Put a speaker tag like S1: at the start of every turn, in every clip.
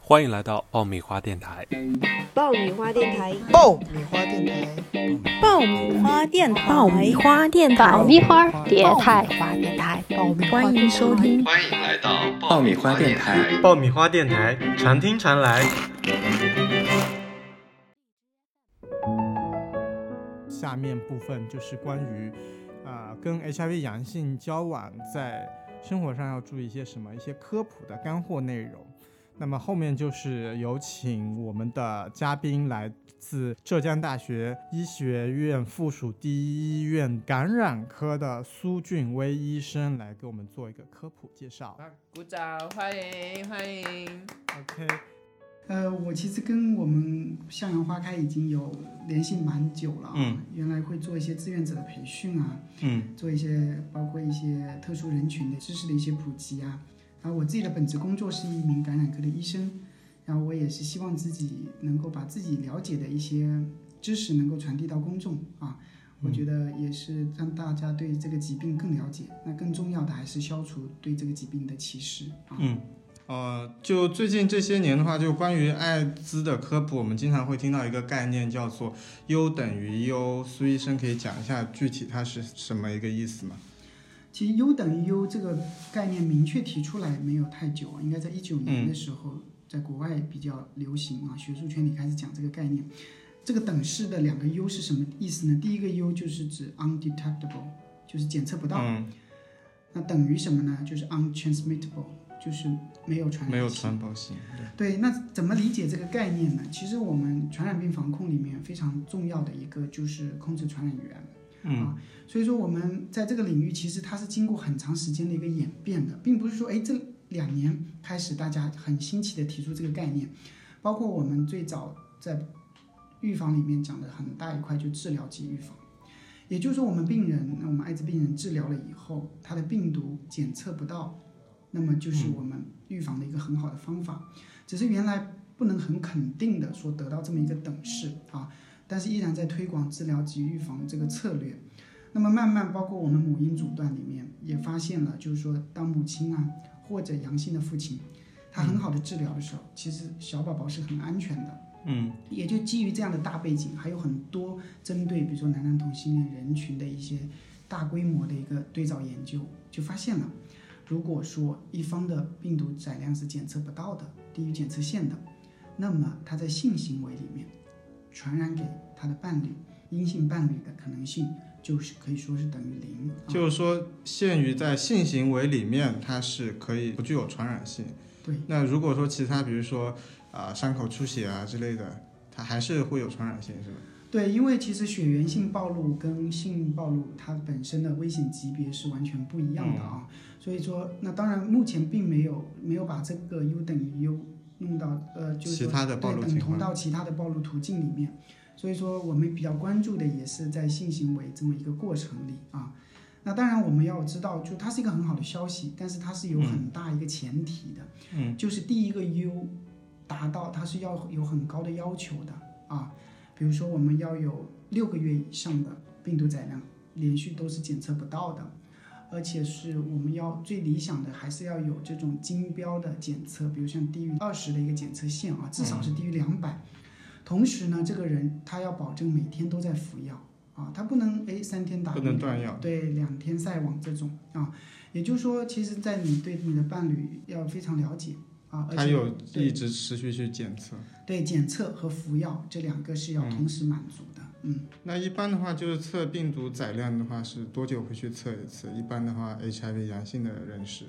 S1: 欢迎来到爆米花电台。
S2: 爆米花电台，
S3: 爆米花电台，
S4: 爆米花电台，
S5: 爆米花电
S6: 爆
S5: 台，
S6: 米花电台，
S5: 花电台，
S3: 爆米
S5: 欢迎收听。
S7: 欢迎来到爆米花电台。
S8: 爆米花电台，常听常来。
S9: 下面部分就是关于，啊、跟 HIV 阳性交往在生活上要注意些什么，一些科普的干货内容。那么后面就是有请我们的嘉宾，来自浙江大学医学院附属第一医院感染科的苏俊威医生来给我们做一个科普介绍。
S10: 鼓掌，欢迎欢迎。
S9: OK，
S11: 呃，我其实跟我们向阳花开已经有联系蛮久了啊，
S8: 嗯
S11: 原来会做一些志愿者的培训啊，
S8: 嗯
S11: 做一些包括一些特殊人群的知识的一些普及啊。然后我自己的本职工作是一名感染科的医生，然后我也是希望自己能够把自己了解的一些知识能够传递到公众啊。我觉得也是让大家对这个疾病更了解。那更重要的还是消除对这个疾病的歧视啊。
S8: 嗯，
S9: 呃，就最近这些年的话，就关于艾滋的科普，我们经常会听到一个概念叫做 “U 等于 U”。苏医生可以讲一下具体它是什么一个意思吗？
S11: 其实 U 等于 U 这个概念明确提出来没有太久，应该在一九年的时候，在国外比较流行啊，学术圈里开始讲这个概念。这个等式的两个 U 是什么意思呢？第一个 U 就是指 undetectable，就是检测不到。
S8: 嗯，
S11: 那等于什么呢？就是 untransmittable，就是没有传染性。
S8: 没有传播性。
S11: 哎
S9: 嗯
S11: 对，那怎么理解这个概念呢？其实我们传染病防控里面非常重要的一个就是控制传染源。
S8: 嗯
S11: 啊，所以说我们在这个领域其实它是经过很长时间的一个演变的，并不是说哎这两年开始大家很新奇的提出这个概念，包括我们最早在预防里面讲的很大一块就治疗及预防，也就是说我们病人，那我们艾滋病人治疗了以后，他的病毒检测不到，那么就是我们预防的一个很好的方法，只是原来不能很肯定的说得到这么一个等式啊。但是依然在推广治疗及预防这个策略，那么慢慢，包括我们母婴阻断里面也发现了，就是说，当母亲啊或者阳性的父亲，他很好的治疗的时候，其实小宝宝是很安全的。
S8: 嗯
S11: 也就基于这样的大背景，还有很多针对比如说男男同性恋人群的一些大规模的一个对照研究，就发现了，如果说一方的病毒载量是检测不到的，低于检测线的，那么他在性行为里面传染给他的伴侣，阴性伴侣的可能性就是可以说是等于零。啊
S9: 就是说，限于在性行为里面，它是可以不具有传染性。
S11: 对，
S9: 那如果说其他，比如说啊、伤口出血啊之类的，它还是会有传染性，是吧？
S11: 对，因为其实血源性暴露跟性暴露它本身的危险级别是完全不一样的
S9: 嗯
S11: 啊，所以说那当然目前并没有没有把这个 U 等于 U 弄到呃就是
S9: 其
S11: 说
S9: 他的暴
S11: 对
S9: 露
S11: 等
S9: 情
S11: 同
S9: 况。
S11: 到其他的暴露途径里面，所以说我们比较关注的也是在性行为这么一个过程里啊。那当然我们要知道，就它是一个很好的消息，但是它是有
S9: 嗯
S11: 很大一个前提的，
S8: 嗯，
S11: 就是第一个 U 达到它是要有很高的要求的啊，比如说我们要有六个月以上的病毒载量连续都是检测不到的，而且是我们要最理想的还是要有这种金标的检测，比如像低于二十的一个检测线啊，至少
S9: 嗯
S11: 是低于两百、同时呢，这个人他要保证每天都在服药啊，他不能哎三天打
S9: 不能
S11: 鱼
S9: 断药
S11: 对，两天晒网这种啊。也就是说，其实，在你对你的伴侣要非常了解啊，而
S9: 它
S11: 且
S9: 有
S11: 对
S9: 一直持续去检测。
S11: 对检测和服药这两个是要同时满足的，嗯
S9: 那一般的话，就是测病毒载量的话，是多久会去测一次？一般的话，HIV 阳性的人士，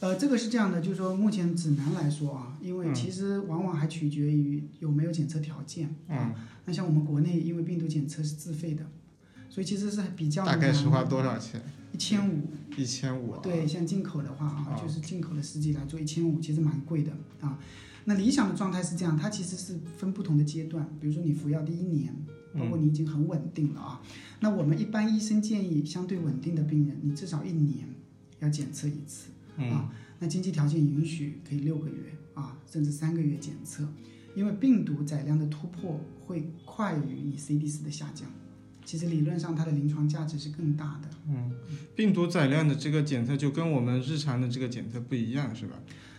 S11: 呃，这个是这样的，就是说目前指南来说啊，因
S9: 嗯
S11: 为其实往往还取决于有没有检测条件。
S8: 嗯，
S11: 那像我们国内，因为病毒检测是自费的，所以其实是比较
S9: 大概是花多少钱？
S11: 一千五。
S9: 一千五。
S11: 对，像进口的话
S9: 啊，
S11: 啊就是进口的试剂来做一千五，其实蛮贵的啊。那理想的状态是这样，它其实是分不同的阶段，比如说你服药第一年，包括你已经很稳定了啊。那我们一般医生建议，相对稳定的病人，你至少一年要检测一次。
S8: 嗯
S11: 啊，那经济条件允许，可以六个月啊，甚至三个月检测，因为病毒载量的突破会快于你 CD 四的下降。其实理论上它的临床价值是更大的。
S9: 病毒载量的这个检测就跟我们日常的这个检测不一样，是吧？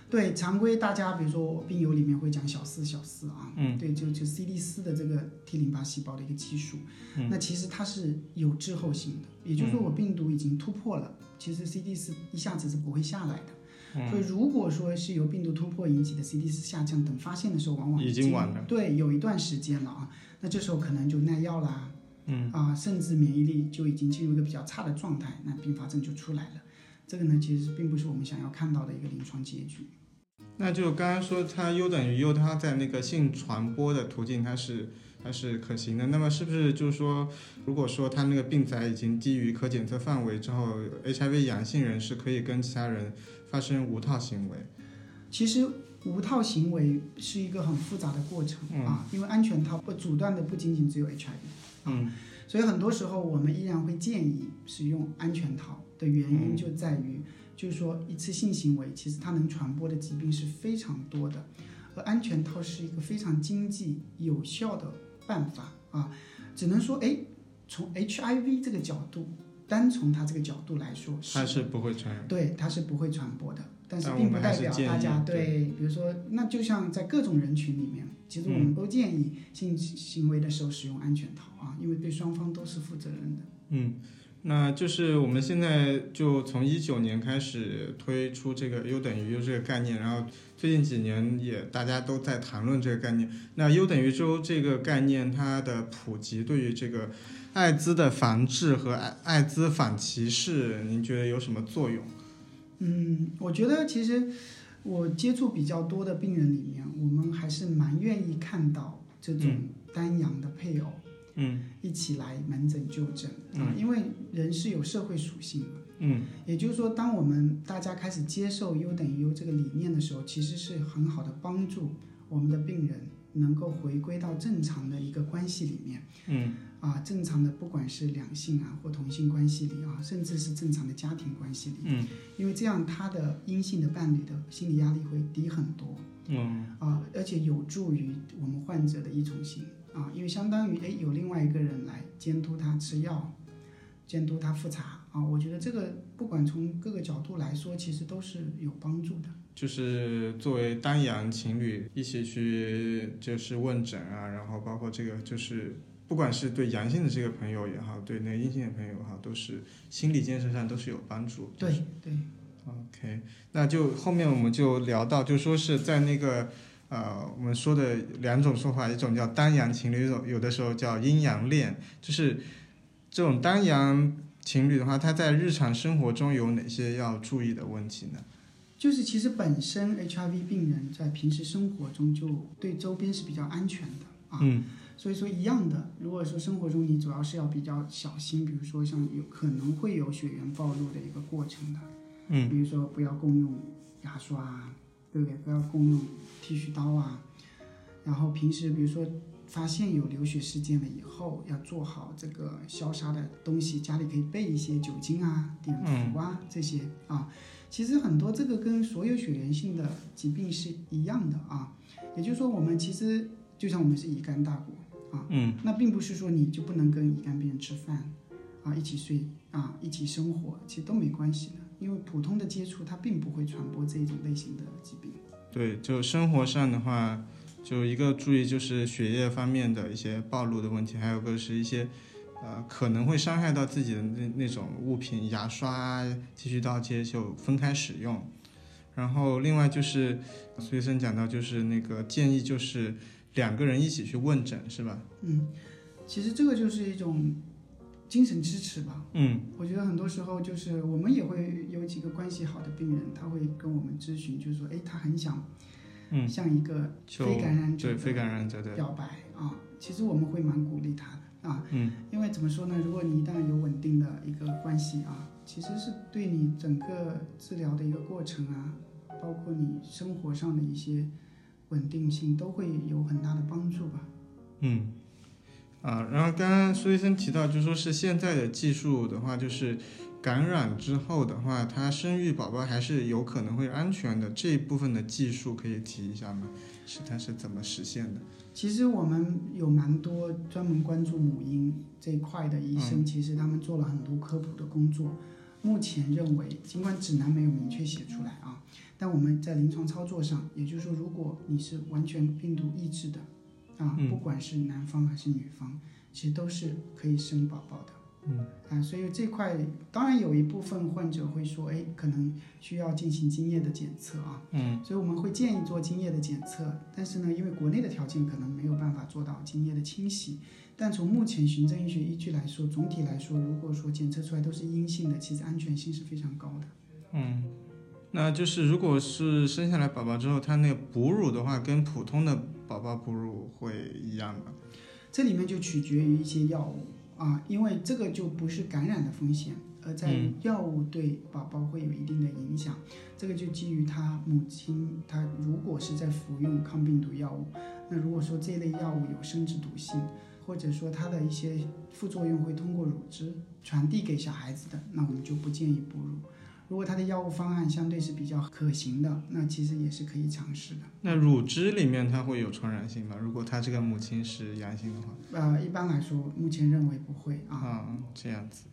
S11: 对常规大家比如说我病友里面会讲小四小四啊，
S9: 嗯
S11: 对，就就 CD 四的这个 T 淋巴细胞的一个激素，
S9: 嗯
S11: 那其实它是有滞后性的，也就是说我病毒已经突破了，其实 CD 四一下子是不会下来的。
S9: 嗯
S11: 所以，如果说是由病毒突破引起的 CD 四下降等发现的时候，往往
S9: 已经晚了
S11: 对，有一段时间了啊。那这时候可能就耐药啦，嗯啊、甚至免疫力就已经进入一个比较差的状态，那并发症就出来了。这个呢，其实并不是我们想要看到的一个临床结局。
S9: 那就刚刚说它 U 等于 U，它在那个性传播的途径它是它是可行的。那么是不是就是说，如果说它那个病载已经基于可检测范围之后，HIV 阳性人士可以跟其他人发生无套行为？
S11: 其实无套行为是一个很复杂的过程、啊，因为安全套不阻断的不仅仅只有 HIV，
S9: 嗯
S11: 啊所以很多时候我们依然会建议使用安全套的原因就在于，就是说一次性行为其实它能传播的疾病是非常多的，而安全套是一个非常经济有效的办法啊，只能说哎，从 HIV 这个角度，单从它这个角度来说
S9: 它是不会传染。
S11: 对，它是不会传播的，但是
S9: 但我
S11: 并不
S9: 们
S11: 代
S9: 还是
S11: 表
S9: 建
S11: 大
S9: 议
S11: 家
S9: 对
S11: 比如说，那就像在各种人群里面，其实我们都建议性行为的时候使用安全套啊，因为对双方都是负责任的。
S9: 嗯，那就是我们现在就从一九年开始推出这个 U 等于 U 这个概念，然后最近几年也大家都在谈论这个概念。那 U 等于 U 这个概念，它的普及对于这个艾滋的防治和艾艾滋反歧视，您觉得有什么作用？
S11: 嗯，我觉得其实我接触比较多的病人里面，我们还是蛮愿意看到这种
S9: 嗯
S11: 单阳的配偶
S9: 嗯
S11: 一起来门诊就诊啊，
S9: 嗯
S11: 因为人是有社会属性的。
S9: 嗯
S11: 也就是说，当我们大家开始接受 “U 等于 U” 这个理念的时候，其实是很好的帮助我们的病人能够回归到正常的一个关系里面
S9: 嗯
S11: 啊，正常的不管是两性啊或同性关系里啊，甚至是正常的家庭关系里，
S9: 嗯
S11: 因为这样他的阴性的伴侣的心理压力会低很多
S9: 嗯
S11: 啊，而且有助于我们患者的依从性啊，因为相当于诶有另外一个人来监督他吃药，监督他复查啊，我觉得这个不管从各个角度来说，其实都是有帮助的。
S9: 就是作为单阳情侣一起去就是问诊啊，然后包括这个就是不管是对阳性的这个朋友也好，对那个阴性的朋友也好，都是心理建设上都是有帮助。
S11: 对对，
S9: OK，那就后面我们就聊到，就说是在那个呃，我们说的两种说法，一种叫单阳情侣，一种有的时候叫阴阳恋，就是这种单阳情侣的话，他在日常生活中有哪些要注意的问题呢？
S11: 就是其实本身 HIV 病人在平时生活中就对周边是比较安全的啊，
S9: 嗯
S11: 所以说一样的，如果说生活中你主要是要比较小心，比如说像有可能会有血缘暴露的一个过程的，
S9: 嗯
S11: 比如说不要共用牙刷啊，对不对？不要共用剃须刀啊。然后平时比如说发现有流血事件了以后，要做好这个消杀的东西，家里可以备一些酒精啊、碘伏啊、这些啊。其实很多这个跟所有血源性的疾病是一样的啊，也就是说我们其实就像我们是乙肝大国，
S9: 嗯
S11: 那并不是说你就不能跟乙肝病人吃饭啊，一起睡啊，一起生活，其实都没关系的，因为普通的接触它并不会传播这一种类型的疾病。
S9: 对，就生活上的话，就一个注意就是血液方面的一些暴露的问题，还有个是一些，呃，可能会伤害到自己的那那种物品，牙刷啊、剃须刀这些就分开使用。然后另外就是随身讲到就是那个建议就是两个人一起去问诊是吧？
S11: 嗯，其实这个就是一种精神支持吧。
S9: 嗯
S11: 我觉得很多时候就是我们也会有几个关系好的病人，他会跟我们咨询，就是说，哎，他很想
S9: 嗯，
S11: 像一个
S9: 就
S11: 非感染者
S9: 对
S11: 的
S9: 非感染者的
S11: 表白啊，其实我们会蛮鼓励他的啊，
S9: 嗯，
S11: 因为怎么说呢，如果你一旦有稳定的一个关系啊，其实是对你整个治疗的一个过程啊，包括你生活上的一些稳定性都会有很大的帮助吧。
S9: 嗯，啊，然后刚刚苏医生提到，就说是现在的技术的话，就是感染之后的话，它生育宝宝还是有可能会安全的。这一部分的技术可以提一下吗？是它是怎么实现的？
S11: 其实我们有蛮多专门关注母婴这一块的医
S9: 嗯
S11: 生，其实他们做了很多科普的工作。目前认为，尽管指南没有明确写出来啊，但我们在临床操作上，也就是说，如果你是完全病毒抑制的，啊，
S9: 嗯
S11: 不管是男方还是女方，其实都是可以生宝宝的。
S9: 嗯
S11: 啊，所以这块当然有一部分患者会说，哎，可能需要进行精液的检测啊，
S9: 嗯
S11: 所以我们会建议做精液的检测，但是呢，因为国内的条件可能没有办法做到精液的清洗，但从目前循证医学依据来说，总体来说，如果说检测出来都是阴性的，其实安全性是非常高的。
S9: 嗯，那就是如果是生下来宝宝之后，他那个哺乳的话，跟普通的宝宝哺乳会一样吗？
S11: 这里面就取决于一些药物啊，因为这个就不是感染的风险，而在于
S9: 嗯
S11: 药物对宝宝会有一定的影响。这个就基于他母亲，他如果是在服用抗病毒药物，那如果说这类药物有生殖毒性，或者说它的一些副作用会通过乳汁传递给小孩子的，那我们就不建议哺乳。如果他的药物方案相对是比较可行的，那其实也是可以尝试的。
S9: 那乳汁里面它会有传染性吗？如果它这个母亲是阳性的话，
S11: 呃，一般来说，目前认为不会啊。
S9: 啊、这样子。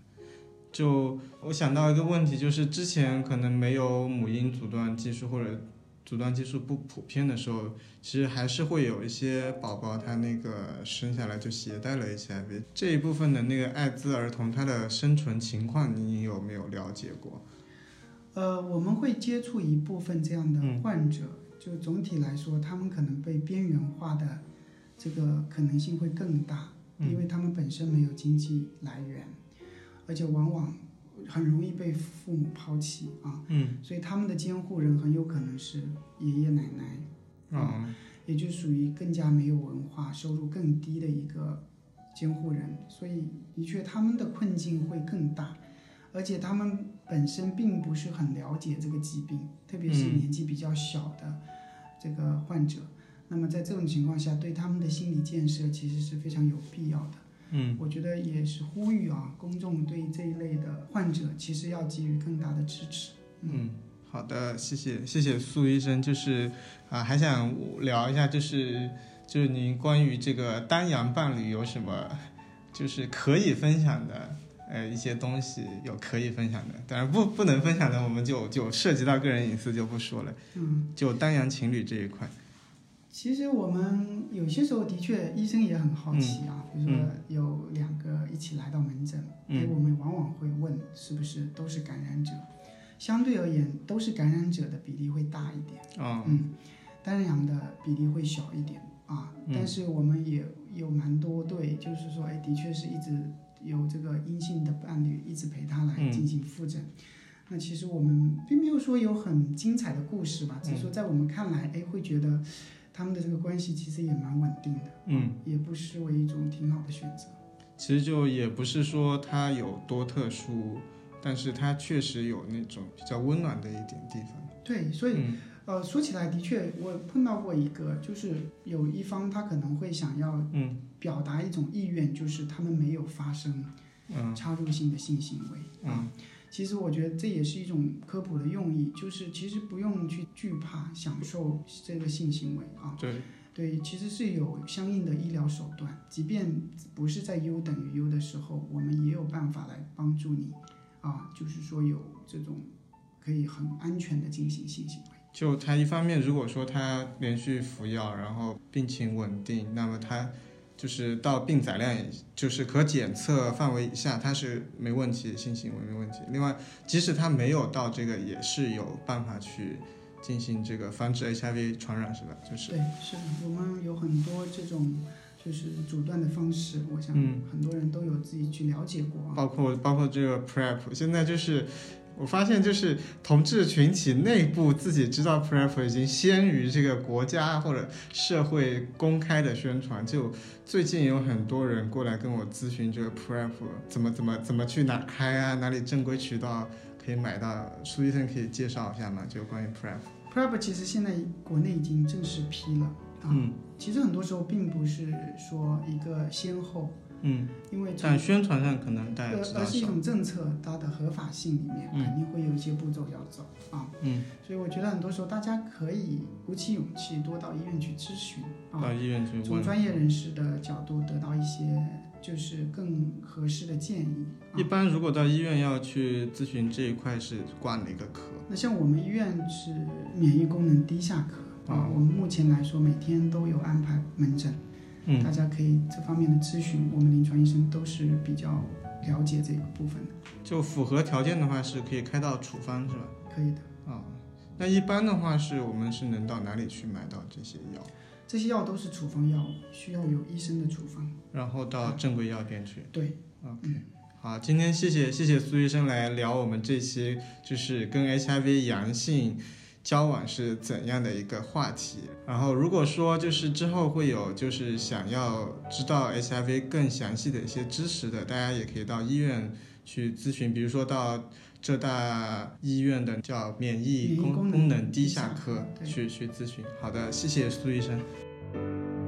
S9: 就我想到一个问题，就是之前可能没有母婴阻断技术或者阻断技术不普遍的时候，其实还是会有一些宝宝他那个生下来就携带了 HIV 这一部分的那个艾滋儿童他的生存情况，你有没有了解过？
S11: 呃，我们会接触一部分这样的
S9: 嗯
S11: 患者，就总体来说，他们可能被边缘化的这个可能性会更大，
S9: 嗯
S11: 因为他们本身没有经济来源，而且往往很容易被父母抛弃啊，
S9: 嗯
S11: 所以他们的监护人很有可能是爷爷奶奶，
S9: 嗯
S11: 也就属于更加没有文化、收入更低的一个监护人，所以的确他们的困境会更大，而且他们本身并不是很了解这个疾病，特别是
S9: 嗯
S11: 年纪比较小的这个患者。那么在这种情况下，对他们的心理建设其实是非常有必要的。
S9: 嗯
S11: 我觉得也是呼吁啊，公众对这一类的患者其实要给予更大的支持。
S9: 嗯，好的，谢谢谢谢苏医生，就是啊、还想聊一下，就是就是您关于这个单阳伴侣有什么就是可以分享的。呃，一些东西有可以分享的，当然不不能分享的，我们就就涉及到个人隐私就不说了。
S11: 嗯，
S9: 就单阳情侣这一块，
S11: 其实我们有些时候的确，医生也很好奇啊，比如说有两个一起来到门诊，哎、
S9: 嗯
S11: 我们往往会问是不是都是感染者，相对而言，都是感染者的比例会大一点，
S9: 哦，
S11: 嗯，单阳的比例会小一点啊，
S9: 嗯
S11: 但是我们也有蛮多对，就是说，哎，的确是一直有这个阴性的伴侣一直陪他来
S9: 嗯
S11: 进行复诊。那其实我们并没有说有很精彩的故事
S9: 嗯
S11: 吧，只是说在我们看来，哎，会觉得他们的这个关系其实也蛮稳定的，
S9: 嗯，
S11: 也不失为一种挺好的选择。
S9: 其实就也不是说它有多特殊，但是它确实有那种比较温暖的一点地方。
S11: 对，所以
S9: 嗯
S11: 呃，说起来的确，我碰到过一个，就是有一方他可能会想要
S9: 嗯
S11: 表达一种意愿，就是他们没有发生
S9: 嗯
S11: 插入性的性行为啊。
S9: 嗯
S11: 其实我觉得这也是一种科普的用意，就是其实不用去惧怕享受这个性行为啊。
S9: 对，
S11: 对，其实是有相应的医疗手段，即便不是在 U 等于 U 的时候，我们也有办法来帮助你啊，就是说有这种可以很安全的进行性行为。
S9: 就他一方面，如果说他连续服药，然后病情稳定，那么他就是到病载量，也就是可检测范围以下，他是没问题，性行为没问题。另外，即使他没有到这个，也是有办法去进行这个防止 HIV 传染，是吧？就是
S11: 对，是的，我们有很多这种就是阻断的方式，我想
S9: 嗯
S11: 很多人都有自己去了解过啊。
S9: 包括包括这个 PrEP，现在就是。我发现，就是同志群体内部自己知道 PrEP 已经先于这个国家或者社会公开的宣传。就最近有很多人过来跟我咨询这个 PrEP 怎么怎么怎么去哪开啊，哪里正规渠道可以买到。苏医生可以介绍一下吗？就关于 PrEP。
S11: PrEP 其实现在国内已经正式批了啊。
S9: 嗯
S11: 其实很多时候并不是说一个先后，
S9: 嗯，
S11: 因为从
S9: 但宣传上可能大家
S11: 而
S9: 知道
S11: 而是一
S9: 少。
S11: 种政策，它的合法性里面
S9: 嗯
S11: 肯定会有一些步骤要走啊，
S9: 嗯，
S11: 所以我觉得很多时候大家可以鼓起勇气多到医院去咨询
S9: 到
S11: 啊，
S9: 医院去
S11: 从
S9: 问。
S11: 专业人士的角度得到一些就是更合适的建议。啊
S9: 一般如果到医院要去咨询这一块是挂哪个科？
S11: 那像我们医院是免疫功能低下科啊，我们目前来说每天都有安排门诊，大
S9: 嗯，
S11: 家可以这方面的咨询，我们临床医生都是比较了解这个部分的，
S9: 就符合条件的话是可以开到处方是吧？
S11: 可以的。
S9: 啊、那一般的话是我们是能到哪里去买到这些药？
S11: 这些药都是处方药物，需要有医生的处方。
S9: 然后到正规药店去。
S11: 对，
S9: OK，
S11: 嗯
S9: 好，今天谢谢谢谢苏医生来聊我们这期就是跟 HIV 阳性交往是怎样的一个话题。然后如果说就是之后会有就是想要知道 HIV 更详细的一些知识的，大家也可以到医院去咨询，比如说到。浙大医院的叫免疫
S11: 免疫
S9: 功
S11: 功能
S9: 功能
S11: 低
S9: 低下
S11: 下
S9: 科
S11: 对
S9: 去去咨询。好的，谢谢苏医生。